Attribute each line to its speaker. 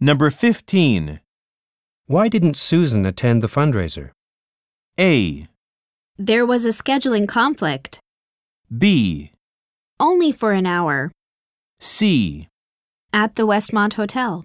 Speaker 1: Number 15.
Speaker 2: Why didn't Susan attend the fundraiser?
Speaker 1: A,
Speaker 3: There was a scheduling conflict.
Speaker 1: B,
Speaker 3: Only for an hour.
Speaker 1: C.
Speaker 3: At the Westmont Hotel.